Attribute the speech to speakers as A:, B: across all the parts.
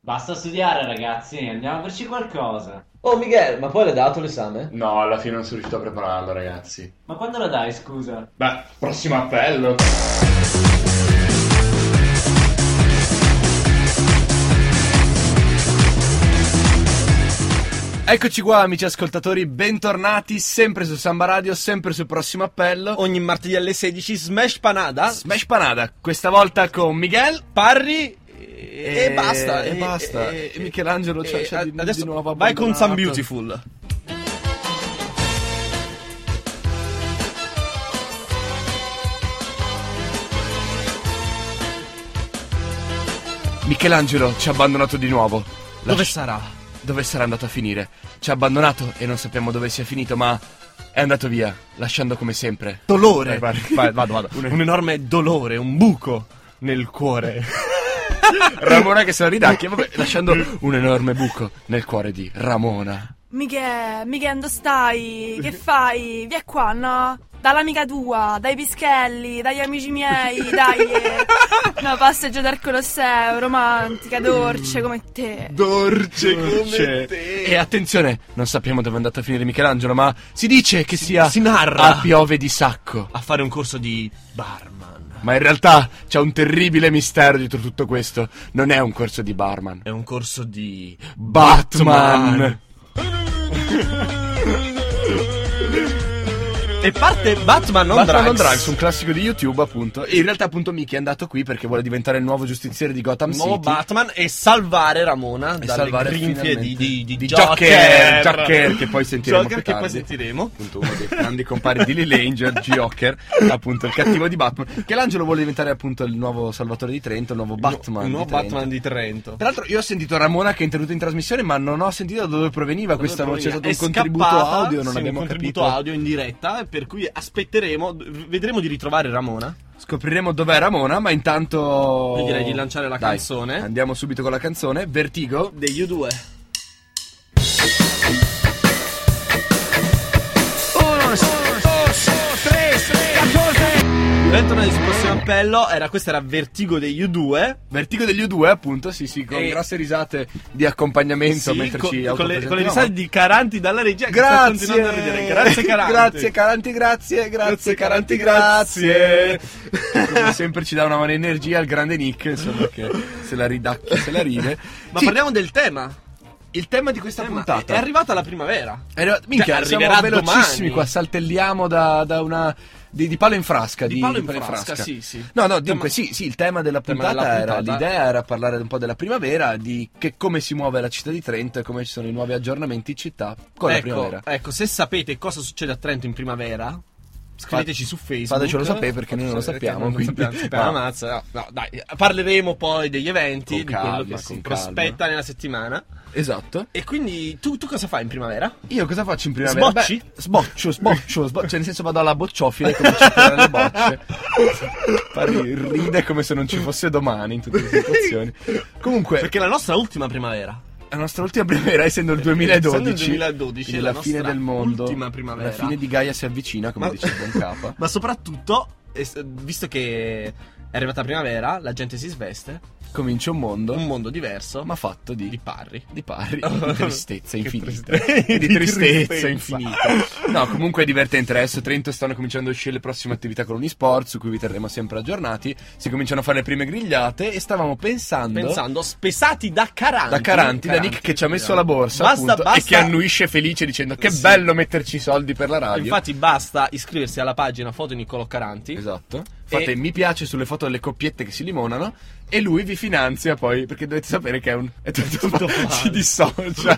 A: Basta studiare, ragazzi, andiamo a farci qualcosa.
B: Oh, Miguel, ma poi l'hai dato l'esame?
C: No, alla fine non sono riuscito a prepararlo, ragazzi.
A: Ma quando la dai, scusa?
C: Beh, prossimo appello.
D: Eccoci qua amici ascoltatori, bentornati sempre su Samba Radio, sempre sul prossimo appello.
E: Ogni martedì alle 16 Smash Panada
D: Smash Panada, questa volta con Miguel
E: Parri e, e basta
D: E, basta. E, Michelangelo c'è,
E: e-
D: c'è di,
E: adesso
D: di nuovo
E: vai con Sun
D: abbandonato.
E: Beautiful
D: Michelangelo ci ha abbandonato di nuovo. La-
E: Dove sarà?
D: dove sarà andato a finire? Ci ha abbandonato e non sappiamo dove sia finito, ma è andato via, lasciando come sempre.
E: Dolore
D: Vai,
E: Vai, Vado vado
D: Un-
E: Un enorme dolore, un buco nel cuore
D: Ramona che se la ridacchia, vabbè, lasciando un enorme buco nel cuore di Ramona.
F: Michè, Michè, dove stai? Che fai? Vieni qua, no? Dall'amica tua, dai pischelli, dagli amici miei, dai. eh. Una passeggiata al Colosseo, romantica, dolce come te.
D: Dolce
E: Dolce.
D: E attenzione, non sappiamo dove è andato a finire Michelangelo, ma si dice che sia
E: si narra.
D: a Piove di Sacco.
E: A fare un corso di barman
D: Ma in realtà c'è un terribile mistero dietro tutto questo. Non è un corso di barman.
E: È un corso di...
D: Batman!
E: E parte Batman on
D: Batman
E: Drugs
D: on Drugs, un classico di YouTube, appunto. E in realtà, appunto, Mickey è andato qui perché vuole diventare il nuovo giustiziere di Gotham
E: Nuovo
D: City.
E: Batman e salvare Ramona
D: E
E: dalle
D: salvare
E: grinfie di,
D: finalmente-
E: di, di,
D: di Joker,
E: Joker
D: Joker, che poi sentiremo
E: Joker
D: più
E: che poi
D: tardi.
E: sentiremo
D: appunto uno dei grandi compari di Lee Langer, Joker, appunto il cattivo di Batman, che l'angelo vuole diventare appunto il nuovo Salvatore di Trento, il nuovo Batman.
E: Un nuovo
D: di Trento.
E: Batman di Trento
D: Tra l'altro io ho sentito Ramona che è intervenuta in trasmissione, ma non ho sentito da dove proveniva questa voce, è stato
E: È
D: un contributo
E: scappata,
D: audio, non
E: sì,
D: abbiamo
E: un contributo
D: capito.
E: audio in diretta, per cui aspetteremo, vedremo di ritrovare Ramona.
D: Scopriremo dov'è Ramona, ma intanto
E: Io direi di lanciare la
D: Dai,
E: canzone.
D: Andiamo subito con la canzone Vertigo.
E: Degli U2. Bentornati sul prossimo appello, era, questo era Vertigo degli U2
D: Vertigo degli U2, appunto, sì, sì, con
E: E-
D: grosse risate di accompagnamento
E: Sì,
D: mentre
E: con-
D: ci
E: con, le, con le
D: autopresentiamo.
E: risate di Caranti dalla regia che sta
D: Grazie,
E: continuando a ridere. Grazie Caranti.
D: grazie Caranti, grazie, grazie Caranti, grazie. Come sempre ci dà una mano di energia al grande Nick, insomma, che se la ridacchia, se la ride.
E: Ma
D: Sì,
E: parliamo del tema.
D: il tema di questa
E: Tema, è,
D: puntata.
E: è arrivata la primavera.
D: È arrivato- Eh, minchia,
E: Cioè,
D: siamo
E: arriverà
D: velocissimi
E: domani.
D: qua, saltelliamo da, da una di, di palo in frasca, di,
E: Di palo in frasca, sì, sì.
D: No, no, dunque
E: Tema-
D: sì, sì, il tema della
E: tema
D: puntata,
E: della
D: era
E: puntata.
D: l'idea era parlare un po' della primavera, di che come si muove la città di Trento e come ci sono i nuovi aggiornamenti in città con la
E: ecco,
D: primavera.
E: Ecco, se sapete cosa succede a Trento in primavera, scriveteci su Facebook.
D: fatecelo sapere perché noi non lo
E: Perché
D: sappiamo,
E: non lo
D: quindi-
E: sappiamo, sappiamo,
D: no.
E: ammazza, no, no, dai, parleremo poi degli eventi,
D: Con
E: di
D: calma,
E: quello che si
D: con
E: prospetta
D: calma.
E: nella settimana.
D: Esatto.
E: E quindi tu, tu cosa fai in primavera?
D: Io cosa faccio in primavera?
E: Sbocci?
D: Beh, sboccio, sboccio, sboccio. Cioè, nel senso vado alla bocciofila e comincio a tirare le bocce. Parri ride come se non ci fosse domani in tutte le situazioni. Comunque,
E: Perché è la nostra ultima primavera.
D: la nostra ultima primavera, essendo il
E: Essendo
D: 2012,
E: il 2012,
D: quindi
E: la
D: la fine
E: nostra
D: del mondo,
E: ultima primavera.
D: la fine di Gaia si avvicina, come
E: Ma-
D: dice il buon capa.
E: Ma soprattutto, es- visto che è arrivata primavera, la gente si sveste,
D: Comincia un mondo,
E: un mondo diverso,
D: ma fatto di,
E: di parri.
D: di pari, di tristezza
E: Che
D: infinita.
E: triste-
D: Di
E: di
D: tristezza
E: tristezza.
D: infinita. No, comunque è divertente. Adesso a Trento stanno cominciando a uscire le prossime attività con Unisport, su cui vi terremo sempre aggiornati. Si cominciano a fare le prime grigliate e stavamo pensando.
E: Pensando, spesati da Caranti. eh.
D: Da Caranti, da Nick che ci ha messo la borsa
E: Basta,
D: appunto,
E: basta.
D: e che annuisce felice dicendo che
E: Sì.
D: bello metterci i soldi per la radio.
E: Infatti basta iscriversi alla pagina foto di Niccolò Caranti.
D: Esatto. Fate mi piace sulle foto delle coppiette che si limonano e lui vi finanzia poi, perché dovete sapere che è un... È tutto,
E: male.
D: si dissocia.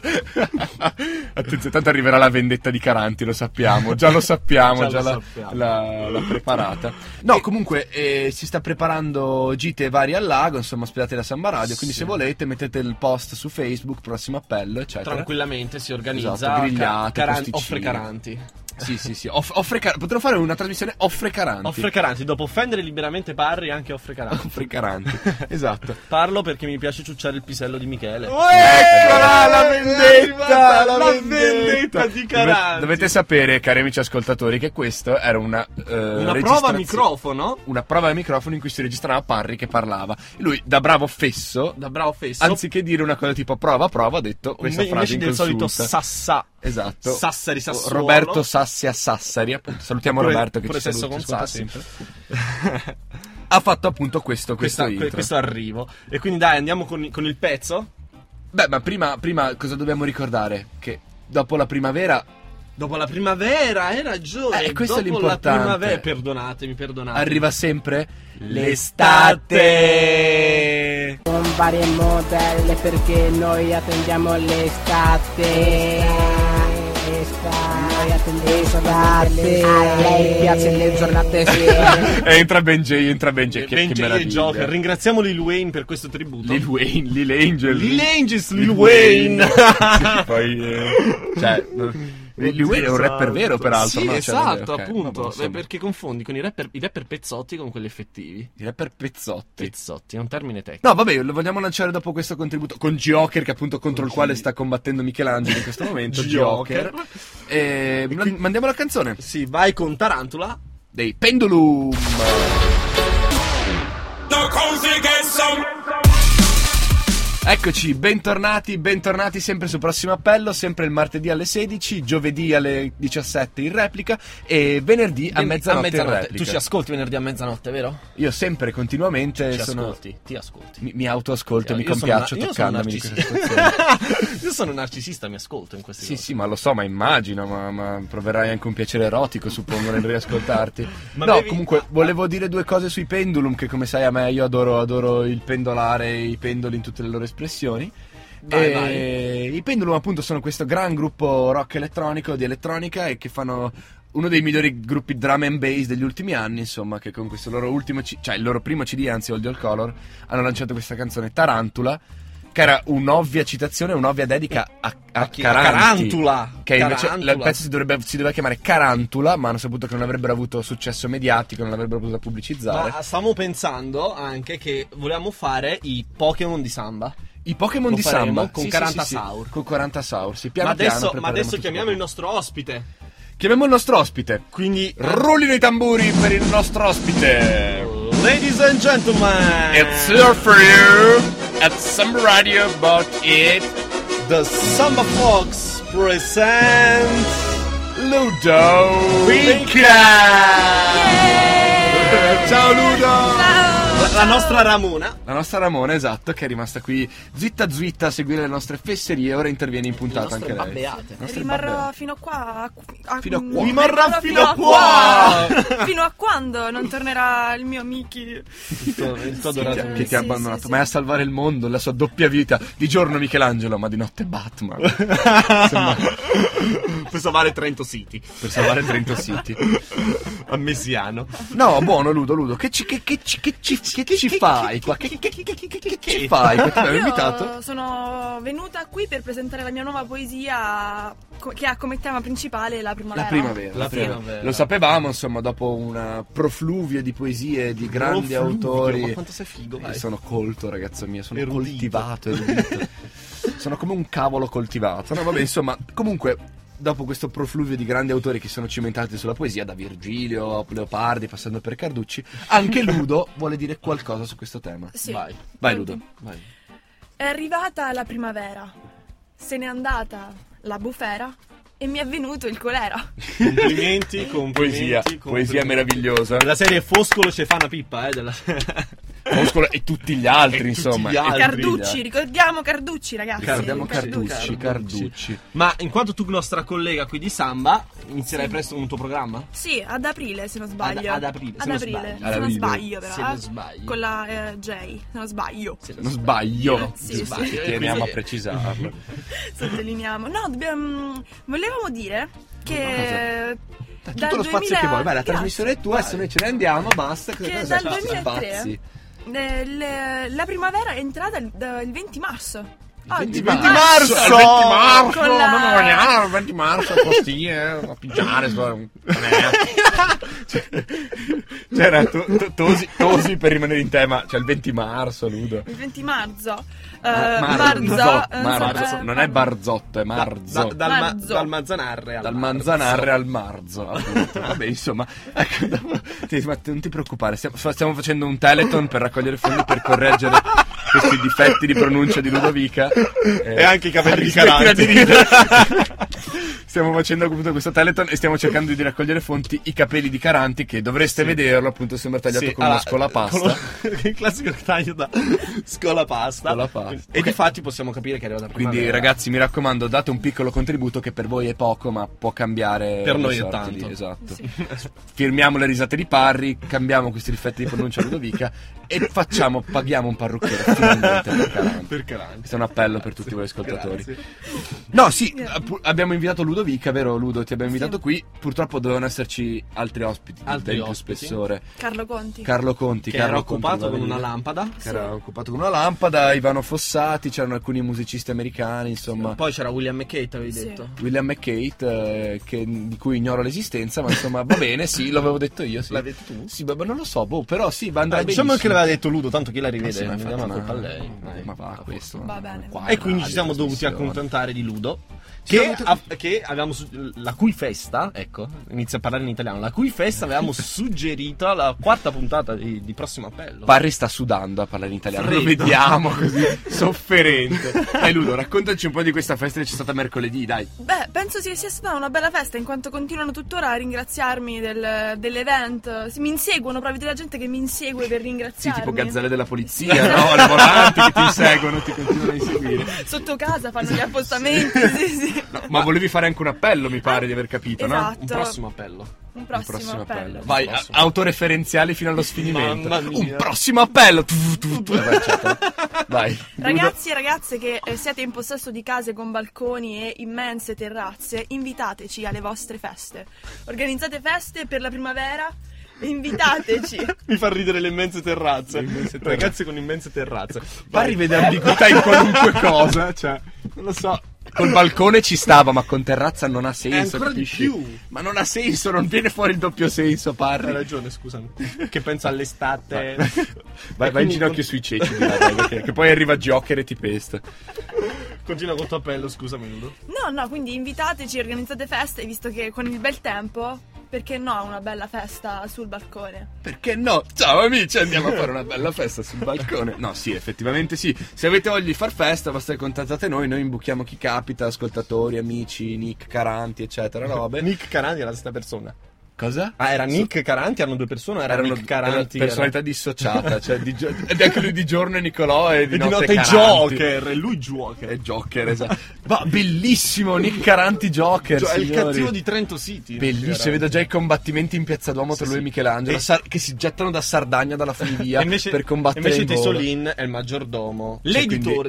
D: Attenzione, tanto arriverà la vendetta di Caranti, lo sappiamo, già lo sappiamo, già,
E: Già lo
D: la-
E: sappiamo.
D: la- l'ha preparata. No, comunque eh, si sta preparando gite varie al lago, insomma ospitate da Samba Radio, quindi
E: Sì.
D: se volete mettete il post su Facebook, prossimo appello, eccetera.
E: Tranquillamente si
D: eh.
E: organizza.
D: Esatto, grigliate,
E: Caran-
D: posticine.
E: offre Caranti.
D: Sì, sì, sì. Off- offre Car- potremmo fare una trasmissione offre Caranti.
E: Offre Caranti, dopo offendere liberamente Parri, anche offre Caranti.
D: Offre Caranti. esatto.
E: Parlo perché mi piace ciucciare il pisello di Michele. Eh,
D: Eccola la
E: È
D: vendetta!
E: arrivata la vendetta di Caranti.
D: Dove- dovete sapere, cari amici ascoltatori, che questo era una, eh,
E: Una prova a
D: registrazione-
E: microfono
D: Una prova al microfono in cui si registrava Parri che parlava. Lui, da bravo fesso,
E: da bravo fesso.
D: anziché dire una cosa tipo prova, prova, ha detto questa
E: Inve-
D: frase
E: invece del solito
D: inconsulta.
E: Sassà.
D: Esatto.
E: Sassari Sassuolo.
D: Roberto Sassi a Sassari, appunto. Salutiamo
E: Pure-
D: Roberto che
E: pure
D: ci saluta
E: sesso con
D: ci ascolta
E: Sassi.
D: sempre. Ha fatto appunto questo, questo
E: Questa- que-
D: intro.
E: questo arrivo. E quindi dai, andiamo con, con il pezzo.
D: Beh, ma prima, prima cosa dobbiamo ricordare? Che dopo la primavera
E: Dopo la primavera, hai ragione.
D: Eh, questo è
E: dopo
D: l'importante.
E: la primavera, perdonatemi, perdonatemi.
D: arriva sempre Eh,
E: l'estate.
G: con varie modelle perché noi attendiamo l'estate. Noi attendiamo l'estate. A lei piace le giornate estive.
D: e entra Ben J, entra Ben J, che,
E: Ben
D: che
E: J e
D: meraviglia.
E: Joker. Ringraziamo Lil Wayne per questo tributo.
D: Lil Wayne, Lil Angel.
E: Lil Angel, Lil Wayne.
D: Sì, poi, eh, cioè, Lil
E: Oddio,
D: Wayne è un rapper
E: santo.
D: vero, peraltro.
E: Esatto. Sì,
D: no? Cioè, non è-
E: esatto,
D: ok, vabbè,
E: appunto.
D: insomma.
E: Beh, perché confondi con i rapper, i rapper pezzotti con quelli effettivi.
D: I rapper pezzotti.
E: Pezzotti, è un termine tecnico.
D: No, vabbè, lo vogliamo lanciare dopo questo contributo con Joker, che appunto contro il quale sta combattendo Michelangelo in questo momento. Joker. E, ma- mandiamo la canzone
E: Sì, vai con Tarantula.
D: dei Pendulum. Eccoci, bentornati, bentornati sempre su Prossimo Appello, sempre il martedì alle 16, giovedì alle 17 in replica e venerdì a mezzanotte, in replica.
E: Tu ci ascolti venerdì a mezzanotte, vero?
D: Io sempre continuamente
E: Ci
D: sono-
E: ascolti, ti ascolti.
D: mi, mi autoascolto, mi
E: Io sono
D: compiaccio
E: una- io sono un
D: toccandomi di questa situazione.
E: narcisista. Io sono un narcisista, mi ascolto in questi
D: Sì, sì, ma lo so, ma immagino, ma, ma proverai anche un piacere erotico, suppongo, nel riascoltarti.
E: Ma
D: no,
E: avevi-
D: comunque, volevo dire due cose sui pendulum, che come sai a me io adoro, adoro il pendolare, i pendoli in tutte le loro espressioni.
E: Vai,
D: e
E: vai.
D: I pendulum appunto sono questo gran gruppo rock elettronico, di elettronica e che fanno uno dei migliori gruppi drum and bass degli ultimi anni, insomma, che con questo loro ultimo, C- cioè il loro primo CD, anzi Old All Color, hanno lanciato questa canzone Tarantula, che era un'ovvia citazione, un'ovvia dedica a, a
E: chi?
D: Caranti,
E: Tarantula.
D: Che invece
E: Tarantula.
D: il pezzo si, dovrebbe, si doveva chiamare Carantula, ma hanno saputo che non avrebbero avuto successo mediatico, non l'avrebbero potuto pubblicizzare.
E: Ma stavamo pensando anche che volevamo fare i Pokémon di Samba.
D: I Pokémon
E: lo
D: di
E: faremo
D: Samba
E: con
D: sì,
E: 40
D: sì, sì,
E: Saur.
D: Con 40 Saur, sì, piano
E: ma adesso,
D: piano
E: ma
D: prepareremo
E: adesso
D: tutto
E: chiamiamo il
D: quanto.
E: nostro ospite.
D: Chiamiamo il nostro ospite.
E: Quindi,
D: Rullino i tamburi per il nostro ospite.
E: ladies and gentlemen,
D: It's here for you at some radio about it.
E: the Samba Fox presents.
D: Ludo
G: Eh,
D: Ciao Ludo!
E: La, la nostra Ramona.
D: La nostra Ramona, esatto, che è rimasta qui zitta zitta a seguire le nostre fesserie e ora interviene in puntata anche lei. Le nostre
F: Rimarrò
D: babbeate.
F: fino a qua. a-
D: Fino a qua.
E: Rimarrà fino a
F: qua. fino a quando non tornerà il mio Miki?
E: Il tuo, il tuo
D: Che ti ha-
E: adorato.
D: che ti ha
F: Sì,
D: abbandonato,
F: sì,
D: ma è a
F: sì.
D: salvare il mondo, la sua doppia vita. Di giorno Michelangelo, ma di notte Batman. Insomma,
E: per salvare Trento City.
D: per salvare Trento City.
E: A Messiano.
D: No, buono Ludo, Ludo, che ci, che, che ci- che ci- che ci fai qua? Che, che- che- che- che- che ci fai? qua? Ti avevo
F: Io
D: invitato?
F: sono venuta qui per presentare la mia nuova poesia co- che ha come tema principale la primavera.
D: La primavera,
E: La
D: la primavera.
E: primavera.
D: Lo sapevamo, insomma, dopo una profluvia di poesie di grandi
E: Oh, Fluvio,
D: autori.
E: Ma quanto sei figo,
D: Io
E: vai.
D: sono colto, ragazzo mio, sono
E: Erudito.
D: coltivato, erudito. sono come un cavolo coltivato. No, vabbè, insomma, comunque, dopo questo profluvio di grandi autori che sono cimentati sulla poesia, da Virgilio a Leopardi, passando per Carducci, anche Ludo vuole dire qualcosa su questo tema.
F: Sì.
D: Vai, vai Ludo. Vai.
F: È arrivata la primavera, se n'è andata la bufera e mi è venuto il colera.
E: Complimenti, complimenti. complimenti.
D: meravigliosa.
E: La serie Foscolo Cefana Pippa, eh. Della...
D: Foscolo e tutti gli altri,
E: E tutti
D: insomma.
E: gli altri.
F: Carducci, ricordiamo Carducci, ragazzi.
D: Ricordiamo
E: Carducci,
D: Carducci,
E: Carducci.
D: Carducci.
E: Ma in quanto tu, nostra collega qui di Samba, inizierai presto un tuo programma?
F: Sì, ad aprile se non sbaglio.
E: Ad- ad aprile, se
F: Ad
E: non
F: aprile,
E: sbaglio.
F: se non
D: Ad aprile.
F: sbaglio, però.
E: Se
F: eh.
E: non sbaglio.
F: Con la eh, J, se non sbaglio.
E: Se
D: Non sbaglio.
F: Sì, sì,
E: sbaglio.
F: sì.
D: Teniamo a
E: Quindi-
D: precisarlo.
F: Sottolineiamo. No, dobbiamo. Volevamo dire che.
D: Dai,
F: dal
D: tutto lo spazio
F: 2000
D: che vuoi. Vai, la
F: Grazie.
D: trasmissione è tua, adesso noi ce ne andiamo, basta.
F: Che
D: cosa-
F: dal
D: cosa-
F: 2003
D: pazzi.
F: Eh, le- la primavera è entrata il, da- il 20 marzo. Oggi,
D: 20
F: ah,
D: marzo!
F: sì.
D: 20 marzo!
F: Con
D: Non
F: la-
D: vogliamo, il 20 marzo, così, eh, a pigiare, so- Cioè, C'era to- to- tosi, tosi per rimanere in tema, cioè il 20 marzo, Ludo.
F: Il 20 marzo. Eh,
D: Mar- mar-
F: marzo.
D: zo- mar-
F: eh, so-
D: marzo.
F: eh,
D: Non è barzotto, è marzo.
E: Da- dal, ma-
F: Marzo.
E: dal Manzanarre al
D: dal
E: Marzo.
D: manzanarre al marzo appunto. vabbè insomma ecco, dopo- sì, ma non ti preoccupare stiamo, fa- stiamo facendo un teleton per raccogliere fondi per correggere questi difetti di pronuncia di Ludovica
E: E anche i capelli
D: Smettila
E: calanti.
D: di ridere. stiamo facendo appunto questo teleton e stiamo cercando di raccogliere fonti i capelli di Caranti che dovreste vederlo appunto sembra tagliato
E: Sì,
D: con
E: allora,
D: una scola pasta
E: con lo- il classico taglio da scola pasta.
D: Scola pasta.
E: E difatti possiamo capire che è arrivata prima.
D: Quindi ragazzi mi raccomando date un piccolo contributo che per voi è poco ma può cambiare
E: Per
D: le
E: noi è
D: sorti
E: tanto.
D: di- esatto.
F: Sì.
D: Firmiamo le risate di Parri, cambiamo questi difetti di pronuncia Ludovica e facciamo, paghiamo un parrucchiere finalmente per Calanti.
E: Per Calanti.
D: Questo è un appello per tutti voi ascoltatori.
E: Grazie.
D: No, sì, appu- abbiamo invitato Ludovica, vero Ludo? Ti abbiamo invitato
F: Sì.
D: qui. Purtroppo dovevano esserci altri ospiti
E: Altri
D: del più
E: ospiti.
D: spessore.
F: Carlo Conti.
D: Carlo Conti,
E: Che
D: Carlo
E: era
D: Conti
E: occupato
D: doveva
E: con una
D: venire.
E: lampada.
D: Che era occupato con una lampada, Ivano Fossati, c'erano alcuni musicisti americani, insomma.
E: Poi c'era William McKay, avevi
F: Sì.
E: detto.
D: William e Kate, eh, che- di cui ignoro l'esistenza, ma insomma va bene, sì, l'avevo detto io. Sì.
E: L'avevi detto tu?
D: Sì, ma ma non lo so, boh, però sì, va andare
E: Dai, diciamo che
D: benissimo.
E: l'aveva detto Ludo, tanto chi la
D: Ma Eh sì,
E: rivede
D: ma
E: non
D: infatti,
E: diamo la
D: ma-
E: colpa a lei.
D: Ma va questo.
F: Va bene.
D: qua
E: E quindi ci siamo
D: radio,
E: dovuti
D: trasmissione.
E: accontentare di Ludo.
D: Ci
E: Che,
D: siamo
E: av- che avevamo su- la cui festa, ecco, inizio a parlare in italiano. La cui festa avevamo suggerito alla quarta puntata di, di prossimo appello.
D: Parri sta sudando a parlare in italiano. Lo
E: Freddo.
D: vediamo così, sofferente. Dai, Ludo, raccontaci un po' di questa festa che c'è stata mercoledì, dai.
F: Beh, penso sia, sia stata una bella festa in quanto continuano tuttora a ringraziarmi del- dell'evento. Si- Mi inseguono, proprio della gente che mi insegue per
D: Sì,
F: ringraziarmi.
D: tipo gazzelle della polizia, no? Le volanti che ti inseguono, ti continuano a inseguire.
F: Sotto casa fanno gli appostamenti. sì, sì.
D: No, ma volevi fare anche un appello, mi pare di aver capito, no?
F: Esatto.
E: Un prossimo appello.
F: Un prossimo, appello.
D: Vai, a- autoreferenziali fino allo sfinimento.
E: Mamma mia. certo.
D: Un prossimo appello. Tu, tu, tu. Vai, eccetera. Vai.
F: Ragazzi e ragazze che eh, siete in possesso di case con balconi e immense terrazze, invitateci alle vostre feste. Organizzate feste per la primavera e invitateci.
E: Mi fa ridere le immense terrazze.
D: immense terrazze.
E: Ragazzi con immense terrazze.
D: Parri vede ambiguità in qualunque cosa, cioè, non lo so. Col balcone ci stava, ma con terrazza non ha senso.
E: ancora di
D: capisci?
E: più.
D: Ma non ha senso, non viene fuori il doppio senso,
E: Hai
D: Parri.
E: ragione, scusami. Che penso all'estate.
D: Vai, vai, vai in ginocchio sui ceci, di là, dai, perché- che poi arriva Joker e ti pesta.
E: Continua col tuo appello, scusami, Ludo.
F: No, no, quindi invitateci, organizzate feste, visto che con il bel tempo, perché no una bella festa sul balcone?
D: Perché no? Ciao amici, andiamo a fare una bella festa sul balcone. No, sì, effettivamente sì. Se avete voglia di far festa, basta che contattate noi, noi imbuchiamo chi capita, ascoltatori, amici, Nick, Caranti, eccetera, robe.
E: Nick Caranti era la stessa persona.
D: Cosa?
E: Ah, era Nick Caranti, erano due persone, era
D: erano
E: Nick Caranti. era-
D: personalità dissociata, cioè di gio- ed anche lui di giorno è Nicolò e di,
E: E di notte
D: Caranti.
E: Joker, e lui Joker.
D: È Joker, esatto. Ma bellissimo Nick Caranti Joker,
E: Cioè, è il
D: signori.
E: cattivo di Trento City.
D: Bellissimo, vedo già i combattimenti in Piazza Duomo tra lui e Michelangelo
E: E-
D: Sar- che si gettano da Sardagna dalla funivia
E: E invece,
D: per combattere
E: invece
D: in volo.
E: Tesolin è il maggiordomo,
D: Cioè,
E: l'editore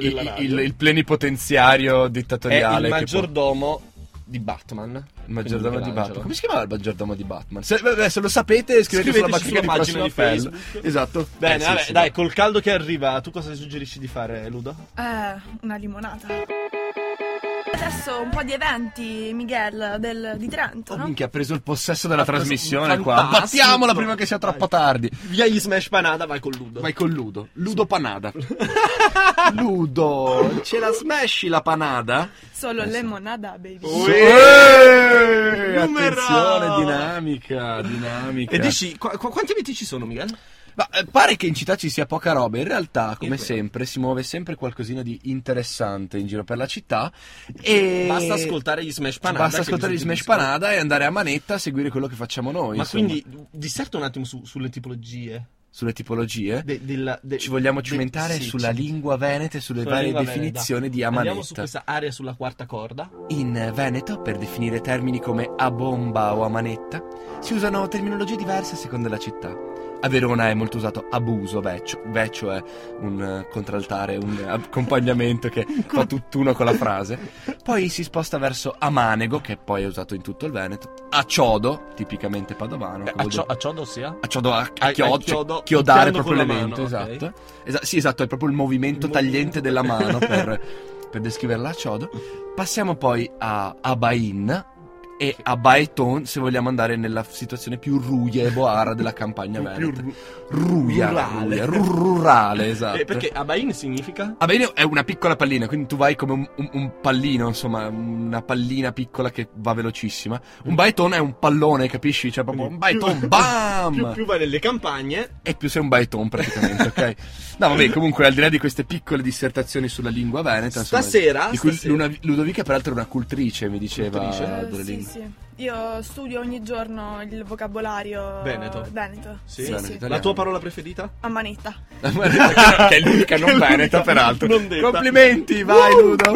D: quindi
E: della
D: i- i-
E: radio.
D: il, il plenipotenziario
E: è
D: dittatoriale.
E: il
D: che
E: maggiordomo di Batman.
D: può- il maggiordomo di
E: Quindi
D: Batman.
E: Michelangelo.
D: Come si chiamava il maggiordomo di Batman? Se, vabbè, se lo sapete, scrivete sulla
E: Scriveteci
D: pagina,
E: sulla pagina
D: di
E: di
D: Prossimo
E: Facebook.
D: Appello. Esatto.
E: Bene,
D: Eh, sì,
E: vabbè,
D: sì,
E: dai,
D: sì.
E: col caldo che arriva, tu cosa suggerisci di fare, Ludo?
F: Eh, una limonata. Adesso un po' di eventi, Miguel, del- di Trento,
D: Oh,
F: no?
D: minchia, ha preso il possesso della
E: preso-
D: trasmissione qua.
E: fantastico.
D: Battiamola prima che sia troppo
E: Dai.
D: tardi.
E: Via gli smash panada, vai con Ludo.
D: Vai con Ludo. Ludo Panada. Ludo, ce la smashi la panada?
F: Solo lemonada, baby.
D: Oh,
F: Eh,
D: Uè,
E: Numero!
D: Attenzione, dinamica, dinamica.
E: E dici, qua- qua- quanti amici ci sono, Miguel?
D: Ma eh, pare che in città ci sia poca roba, in realtà, come
E: vero.
D: sempre, si muove sempre qualcosina di interessante in giro per la città. E
E: Basta ascoltare Eh, gli Smash Panada.
D: Basta
E: che
D: ascoltare
E: vi
D: gli Smash
E: suggerisco.
D: Panada e andare a manetta a seguire quello che facciamo noi.
E: Ma
D: insomma.
E: quindi, disserta un attimo su- sulle tipologie.
D: sulle tipologie.
E: de- della- de-
D: ci vogliamo
E: de-
D: cimentare
E: sì,
D: sulla
E: sì.
D: lingua veneta e sulle
E: Sulla
D: varie
E: lingua veneta.
D: definizioni di
E: Andiamo su
D: amanetta.
E: questa area sulla quarta corda.
D: In Veneto, per definire termini come a bomba o a manetta, si usano terminologie diverse a seconda della città. A Verona è molto usato abuso vecchio. Vecchio è un eh, contraltare, un accompagnamento che fa tutt'uno con la frase. Poi si sposta verso amanego, che poi è usato in tutto il Veneto. A ciodo, tipicamente padovano.
E: Eh,
D: che vuol dire-
E: ciodo sia?
D: a ciodo a, a
E: A- a
D: chiodo,
E: chiodo,
D: cioè, chiodare
E: picchiando
D: proprio
E: con la
D: l'evento,
E: mano,
D: esatto.
E: ok.
D: Esa- sì, esatto, è proprio il movimento
E: Il
D: tagliente
E: movimento.
D: della mano per per descriverla a Ciodo. Passiamo poi a Abain e a Baeton se vogliamo andare nella situazione più ruia e boara della campagna
E: Più
D: veneta.
E: ru-
D: Ruia,
E: rurale.
D: ruia, ru- rurale, esatto.
E: Eh, perché Abain significa?
D: Ah, bene, è una piccola pallina, quindi tu vai come un, un- un pallino, insomma, una pallina piccola che va velocissima. Un baeton è un pallone, capisci? Cioè, proprio un baeton, bam!
E: Più, più vai nelle campagne.
D: E più sei un baeton, praticamente, ok? No, vabbè, comunque, al di là di queste piccole dissertazioni sulla lingua veneta, insomma,
E: Stasera,
D: di cui
E: stasera.
D: Luna- Ludovica, peraltro, è una cultrice, mi diceva
E: Cultrice?
F: Eh,
D: delle
F: sì,
D: lingue.
F: sì. Io studio ogni giorno il vocabolario
E: Veneto.
F: Veneto.
E: Sì.
F: sì,
D: Veneto,
F: sì.
D: Italiano.
E: La tua parola preferita?
F: A manetta.
D: che è l'unica
E: Che è
D: non
E: l'unica
D: veneta, peraltro.
E: non detta.
D: Complimenti, vai, Ludo!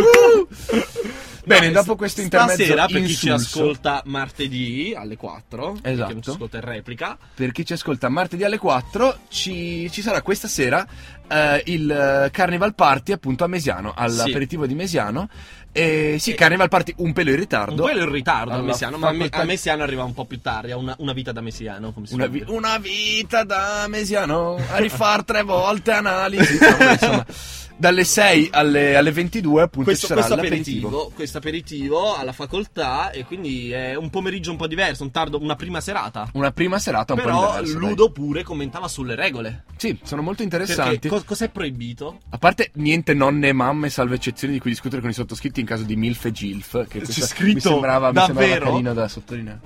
D: Bene,
E: No,
D: dopo
E: s-
D: questo intermezzo
E: Stasera, per chi ci
D: insulso-
E: ascolta martedì alle 4,
D: Esatto.
E: che non ci ascolta in replica,
D: per chi ci ascolta martedì alle 4 ci, ci sarà questa sera eh, il eh, Carnival Party appunto a Mesiano all'aperitivo di Mesiano e sì
E: Sì.
D: Carnival Party un pelo in
E: un
D: ritardo
E: po' in ritardo a
D: Alla
E: Messiano, ma a, me-
D: facoltà-
E: a Messiano arriva un po' più tardi, ha una, una vita da Messiano, come si
D: una,
E: suol
D: vi-
E: dire.
D: una vita da Mesiano a rifar tre volte analisi no, ma insomma dalle 6 alle, alle 22 appunto
E: questo,
D: ci sarà
E: questo
D: l'aperitivo
E: aperitivo, questo aperitivo alla facoltà e quindi è un pomeriggio un po' diverso, un tardo, una prima serata.
D: una prima serata un po'
E: Però
D: diversa dai.
E: Ludo pure commentava sulle regole.
D: sì sono molto
E: Perché
D: interessanti
E: co- cos'è proibito?
D: a parte niente nonne e mamme salve eccezioni di cui discutere con i sottoscritti in caso di MILF e GILF che questa- mi
E: scritto,
D: sembrava, mi sembrava
E: davvero?
D: carino da sottolineare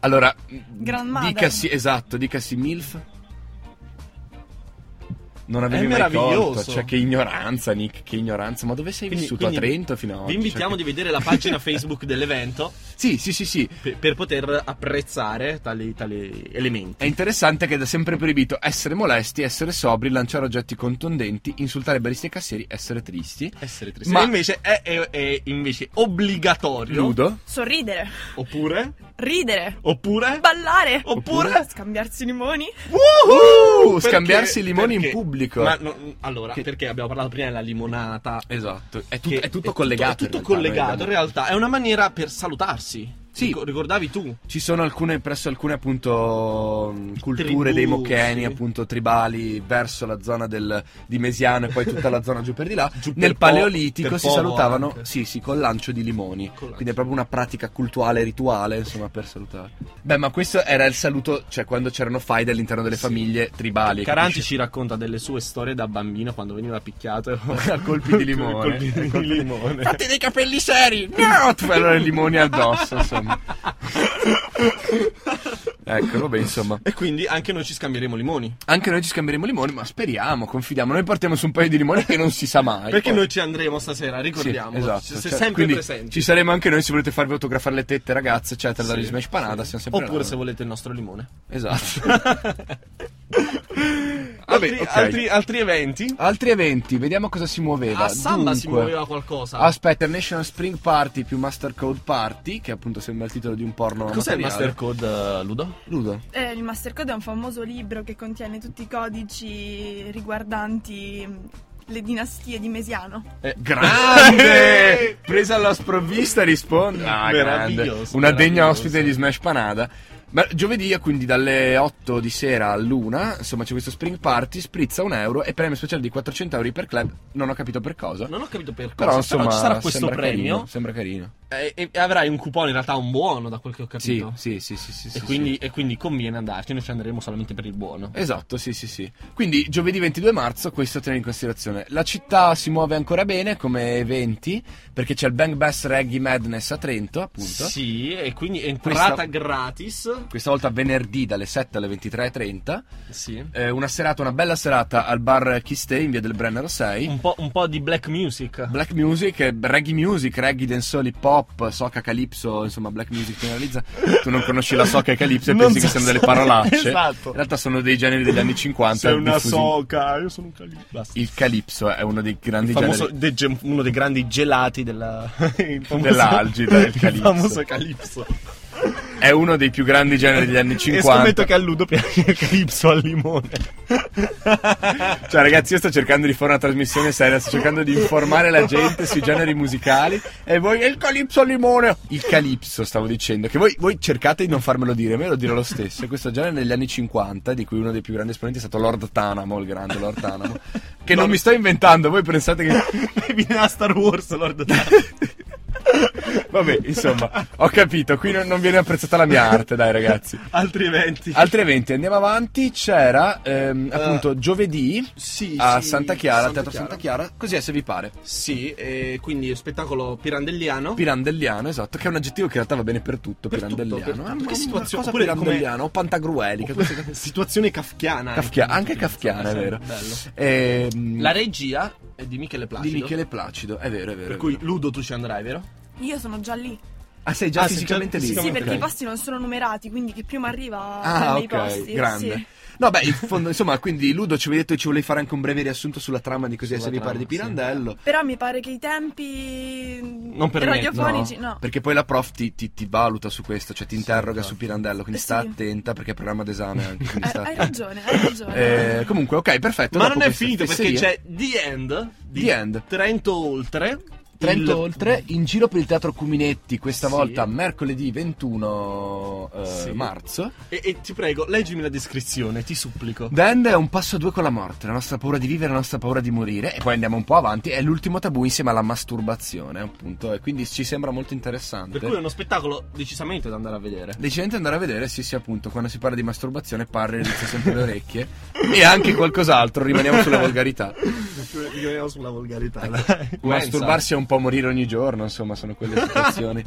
D: allora
F: Grandmother.
D: dicasi esatto dicasi MILF non avevi
E: È
D: mai colto
E: meraviglioso.
D: cioè che ignoranza Nick che ignoranza ma dove sei
E: Quindi-
D: vissuto
E: quindi
D: a Trento fino a oggi
E: Vi invitiamo
D: Cioè,
E: di vedere la pagina Facebook dell'evento
D: che- sì sì sì sì
E: per, per poter apprezzare tali, tali elementi.
D: È interessante che è da sempre proibito essere molesti, essere sobri, lanciare oggetti contundenti, insultare baristi e cassieri, essere tristi.
E: Essere tristi.
D: Ma-
E: Ma invece è, è- è invece obbligatorio.
D: Ludo,
F: Sorridere.
E: Oppure?
F: Ridere.
E: Oppure?
F: Ballare.
E: Oh. Oppure?
F: Scambiarsi i limoni.
E: Woohoo!
D: Uh, scambiarsi i limoni in
E: perché-
D: pubblico.
E: Ma no, allora,
D: Che-
E: perché abbiamo parlato prima della limonata?
D: Esatto, è,
E: che-
D: tutto collegato.
E: È tutto collegato, in realtà. È una maniera per salutarsi.
D: Sì.
E: Ric- ricordavi tu?
D: Ci sono alcune, presso alcune appunto mh, culture
E: Tribù,
D: dei mocheni,
E: sì.
D: appunto tribali, verso la zona del, di Mesiano e poi tutta la zona giù per di là.
E: Giù per
D: Nel
E: Po-
D: Paleolitico
E: per
D: si
E: Povo
D: salutavano,
E: anche.
D: sì, sì, col lancio di limoni.
E: Col lancio.
D: Quindi è proprio una pratica cultuale, rituale, insomma, per salutare. Beh, ma questo era il saluto, cioè quando c'erano faide all'interno delle
E: Sì.
D: famiglie tribali.
E: Caranti
D: capisci?
E: ci racconta delle sue storie da bambino quando veniva picchiato
D: A colpi di limone.
E: Colpi di
D: A colpi di
E: limone.
D: Fatti dei capelli seri! No! Ti fai allora i limoni addosso, insomma. Ecco, vabbè, insomma.
E: E quindi anche noi ci scambieremo limoni.
D: Anche noi ci scambieremo limoni, ma speriamo, confidiamo. Noi partiamo su un paio di limoni che non si sa mai.
E: Perché
D: Poi-
E: noi ci andremo stasera,
D: Sì,
E: ricordiamo.
D: esatto,
E: Ci- se-
D: cioè,
E: sempre
D: quindi
E: presenti.
D: Ci saremo anche noi se volete farvi autografare le tette, ragazze, eccetera, la
E: Sì,
D: risma e spanada.
E: sì.
D: Siamo sempre
E: Oppure
D: là.
E: se volete il nostro limone.
D: Esatto. Vabbè,
E: altri,
D: ok.
E: altri- altri eventi?
D: Altri eventi, vediamo cosa si muoveva.
E: A Ah, Samba si
D: Dunque,
E: muoveva qualcosa.
D: Aspetta, National Spring Party più Mastercode Party, che appunto sembra il titolo di un porno.
E: Cos'è
D: amatoriale.
E: il Mastercode eh, Ludo?
D: Ludo.
F: Eh, il Mastercode è un famoso libro che contiene tutti i codici riguardanti mh, le dinastie di Mesiano.
D: Grande! Presa alla sprovvista risponde. Ah, grande.
E: Meraviglioso,
D: Una degna
E: meraviglioso.
D: ospite di Smash Panada. Ma giovedì, quindi dalle 8 di sera all'una, insomma c'è questo Spring Party, sprizza un euro e premio speciale di 400 euro per club, non ho capito per cosa.
E: Non ho capito per cosa.
D: Però insomma
E: ci sarà questo
D: sembra
E: premio.
D: carino, sembra carino.
E: eh, E, e avrai un coupon in realtà un buono da quel che ho
D: Sì,
E: capito.
D: sì, sì, sì, sì,
E: E,
D: sì,
E: quindi,
D: sì.
E: e quindi conviene andarci, noi ci andremo solamente per il buono.
D: Esatto, sì, sì, sì. Quindi giovedì 22 marzo questo tenere in considerazione. La città si muove ancora bene come eventi perché c'è il Bang Bass Reggae Madness a Trento, appunto.
E: Sì, e quindi entrata
D: Questa-
E: gratis.
D: questa volta venerdì dalle 7 alle 23.30.
E: Sì.
D: Eh, una serata, una bella serata al bar Kistay in via del Brennero 6.
E: Un po', un po' di black music.
D: Black music, eh, reggae music, reggae, dancehall, hip hop, soca, calypso, insomma black music generalizza. Tu non conosci la soca e calypso e
E: Non
D: pensi
E: so
D: che siano delle
E: se-
D: parolacce.
E: Esatto.
D: In realtà sono dei generi degli anni 50. diffusi.
E: soca, io sono un calippo.
D: Il calypso è uno dei grandi
E: Famoso,
D: generi.
E: de- gem- uno dei grandi gelati della, il famoso-
D: Dell'Algida, il
E: il
D: Calypso.
E: famoso Calypso.
D: È è uno dei più grandi generi degli anni 50.
E: E scommetto che a Ludo piace il Calypso al limone.
D: Cioè, ragazzi, io sto cercando di fare una trasmissione seria, sto cercando di informare la gente sui generi musicali. E voi, "E il calipso al limone! Il calipso, stavo dicendo, che voi, voi cercate di non farmelo dire, me lo dirò lo stesso. E questo genere negli anni 50, di cui uno dei più grandi esponenti è stato Lord Tanamo, il grande Lord Tanamo. Che non mi sto inventando, voi pensate che.
E: Viene da Star Wars, Lord
D: Vabbè, insomma, ho capito, qui non, non viene apprezzata la mia arte, dai, ragazzi.
E: Altri eventi.
D: Altri eventi, andiamo avanti. C'era ehm, appunto giovedì
E: sì,
D: a
E: sì,
D: Santa Chiara, al Teatro Santa Chiara, così è se vi pare.
E: Sì, e quindi spettacolo pirandelliano.
D: Pirandelliano, esatto, che è un aggettivo che in realtà va bene per tutto.
E: Per tutto,
D: pirandelliano.
E: per
D: Ah,
E: tutto.
D: ma
E: Che
D: una
E: situazione-
D: cosa
E: oppure
D: pirandelliano o pantagruelica. queste cose-
E: Situazione kafkiana.
D: Kafkia-
E: ecco,
D: anche
E: molto
D: kafkiana, è vero.
E: interessante, bello.
D: Ehm,
E: La regia è di Michele Placido.
D: di Michele Placido, è vero, è vero.
E: Per
D: è
E: cui
D: vero.
E: Ludo tu ci andrai, vero?
F: Io sono già lì.
D: Ah, sei già
E: Ah, sei
D: fisicamente
E: già-
D: lì.
E: sì,
F: Sì,
E: ok.
F: perché i posti non sono numerati, quindi chi prima arriva
D: Ah,
F: prende
D: ok,
F: i posti.
D: grande.
F: sì.
D: No, beh, in fondo, insomma, quindi Ludo ci avevi detto che ci volevi fare anche un breve riassunto sulla trama di Così
E: Sulla
D: essere vi pare di
E: trama, sì.
D: Pirandello.
F: Però mi pare che i tempi
E: Non permettono.
F: radiofonici no.
D: Perché poi la prof ti, ti- ti valuta su questo, cioè ti interroga
E: infatti.
D: su Pirandello, quindi
F: Eh,
D: sta
F: sì.
D: attenta perché è programma d'esame anche. quindi
F: Eh,
D: sta
F: hai
D: attenta.
F: ragione, hai ragione.
D: Eh, comunque, ok, perfetto.
E: Ma
D: dopo
E: non è
D: questa
E: finito perché
D: fesseria-
E: c'è The End di
D: eh. The End.
E: Trento Oltre.
D: Trento
E: il-
D: oltre in giro per il teatro Cuminetti, questa
E: Sì.
D: volta mercoledì 21 eh,
E: Sì.
D: marzo.
E: E, e ti prego, leggimi la descrizione, ti supplico.
D: The End è un passo a due con la morte, la nostra paura di vivere, la nostra paura di morire. E poi andiamo un po' avanti, è l'ultimo tabù insieme alla masturbazione, appunto. E quindi ci sembra molto interessante.
E: Per cui è uno spettacolo decisamente da andare a vedere.
D: Decidente di andare a vedere, sì, sì, appunto, quando si parla di masturbazione parla inizia sempre le orecchie e anche qualcos'altro, rimaniamo sulla volgarità. Ecco.
E: Rimaniamo sulla volgarità.
D: Masturbarsi è un po' morire ogni giorno, insomma, sono quelle situazioni.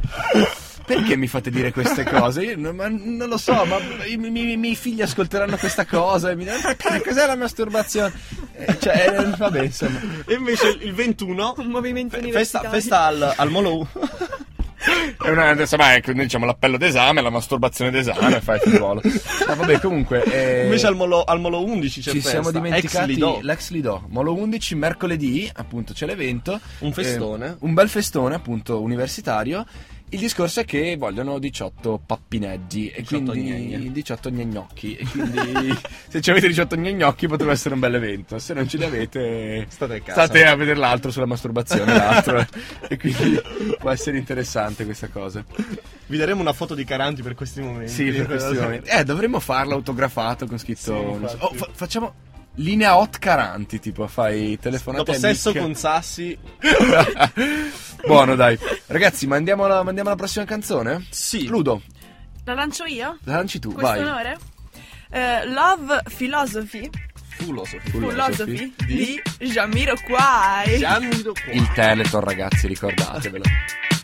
D: Perché mi fate dire queste cose? Io non, ma non lo so, ma i, mi- mi- i miei figli ascolteranno questa cosa e mi diranno: "Ma che cos'è la masturbazione? Eh, Cioè, eh, vabbè, insomma.
E: E invece il 21
F: Un movimento
E: fe- festa,
F: universitario.
E: festa al, al Molo U.
D: È una, insomma, è, diciamo l'appello d'esame, la masturbazione d'esame, Ah, fai il ruolo. Ma Ah, vabbè, comunque. eh,
E: Invece al Molo, al Molo 11 c'è
D: Ci
E: festa.
D: siamo
E: Ex
D: dimenticati
E: Lido.
D: l'ex Lido, Molo 11, mercoledì, appunto c'è l'evento.
E: Un festone.
D: Eh, un bel festone, appunto, universitario. Il discorso è che vogliono 18 pappineggi e
E: 18
D: quindi
E: gnegne.
D: 18 gnegnocchi. E quindi se ci avete 18 gnegnocchi potrebbe essere un bel evento. Se non ce li avete,
E: State a casa.
D: state a vedere l'altro sulla masturbazione. l'altro. e quindi può essere interessante questa cosa.
E: Vi daremo una foto di Caranti per questi momenti.
D: Sì, per questioni. Eh, dovremmo farlo autografato con scritto.
E: Sì,
D: non so-
E: infatti.
D: Oh, fa- facciamo linea hot caranti, tipo fai telefonate.
E: Dopo
D: a
E: sesso
D: Nick.
E: con Sassi.
D: Buono, dai. Ragazzi, mandiamo la, mandiamo la prossima canzone?
E: Sì.
D: Ludo,
F: La lancio io?
D: la lanci tu,
F: Questo
D: vai.
F: onore? Eh, Love Philosophy, Philosophy di Jamiroquai.
D: Il Teleton, ragazzi, ricordatevelo.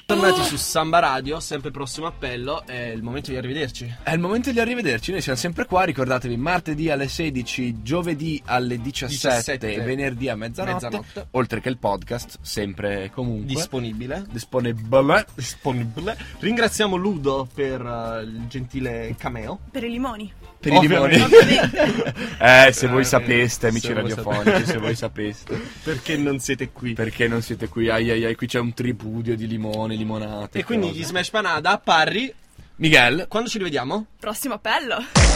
E: Tornati su Samba Radio, sempre prossimo appello, è il momento di arrivederci.
D: È il momento di arrivederci, noi siamo sempre qua, ricordatevi martedì alle 16, giovedì alle 17,
E: 17,
D: e venerdì a mezzanotte,
E: mezzanotte.
D: oltre che il podcast, sempre e comunque
E: Disponibile.
D: disponibile.
E: Disponibile. Ringraziamo Ludo per eh, il gentile cameo.
F: Per i limoni.
D: per i limoni. eh, se voi
E: Eh,
D: sapeste,
E: se
D: amici
E: voi
D: radiofonici,
E: sapete.
D: se voi sapeste.
E: Perché non siete qui.
D: Perché non siete qui? Ai ai ai, qui c'è un tripudio di limoni, limonate.
E: e quindi
D: cose.
E: gli Smash Panada, Parri,
D: Miguel,
E: quando ci rivediamo?
F: Prossimo appello.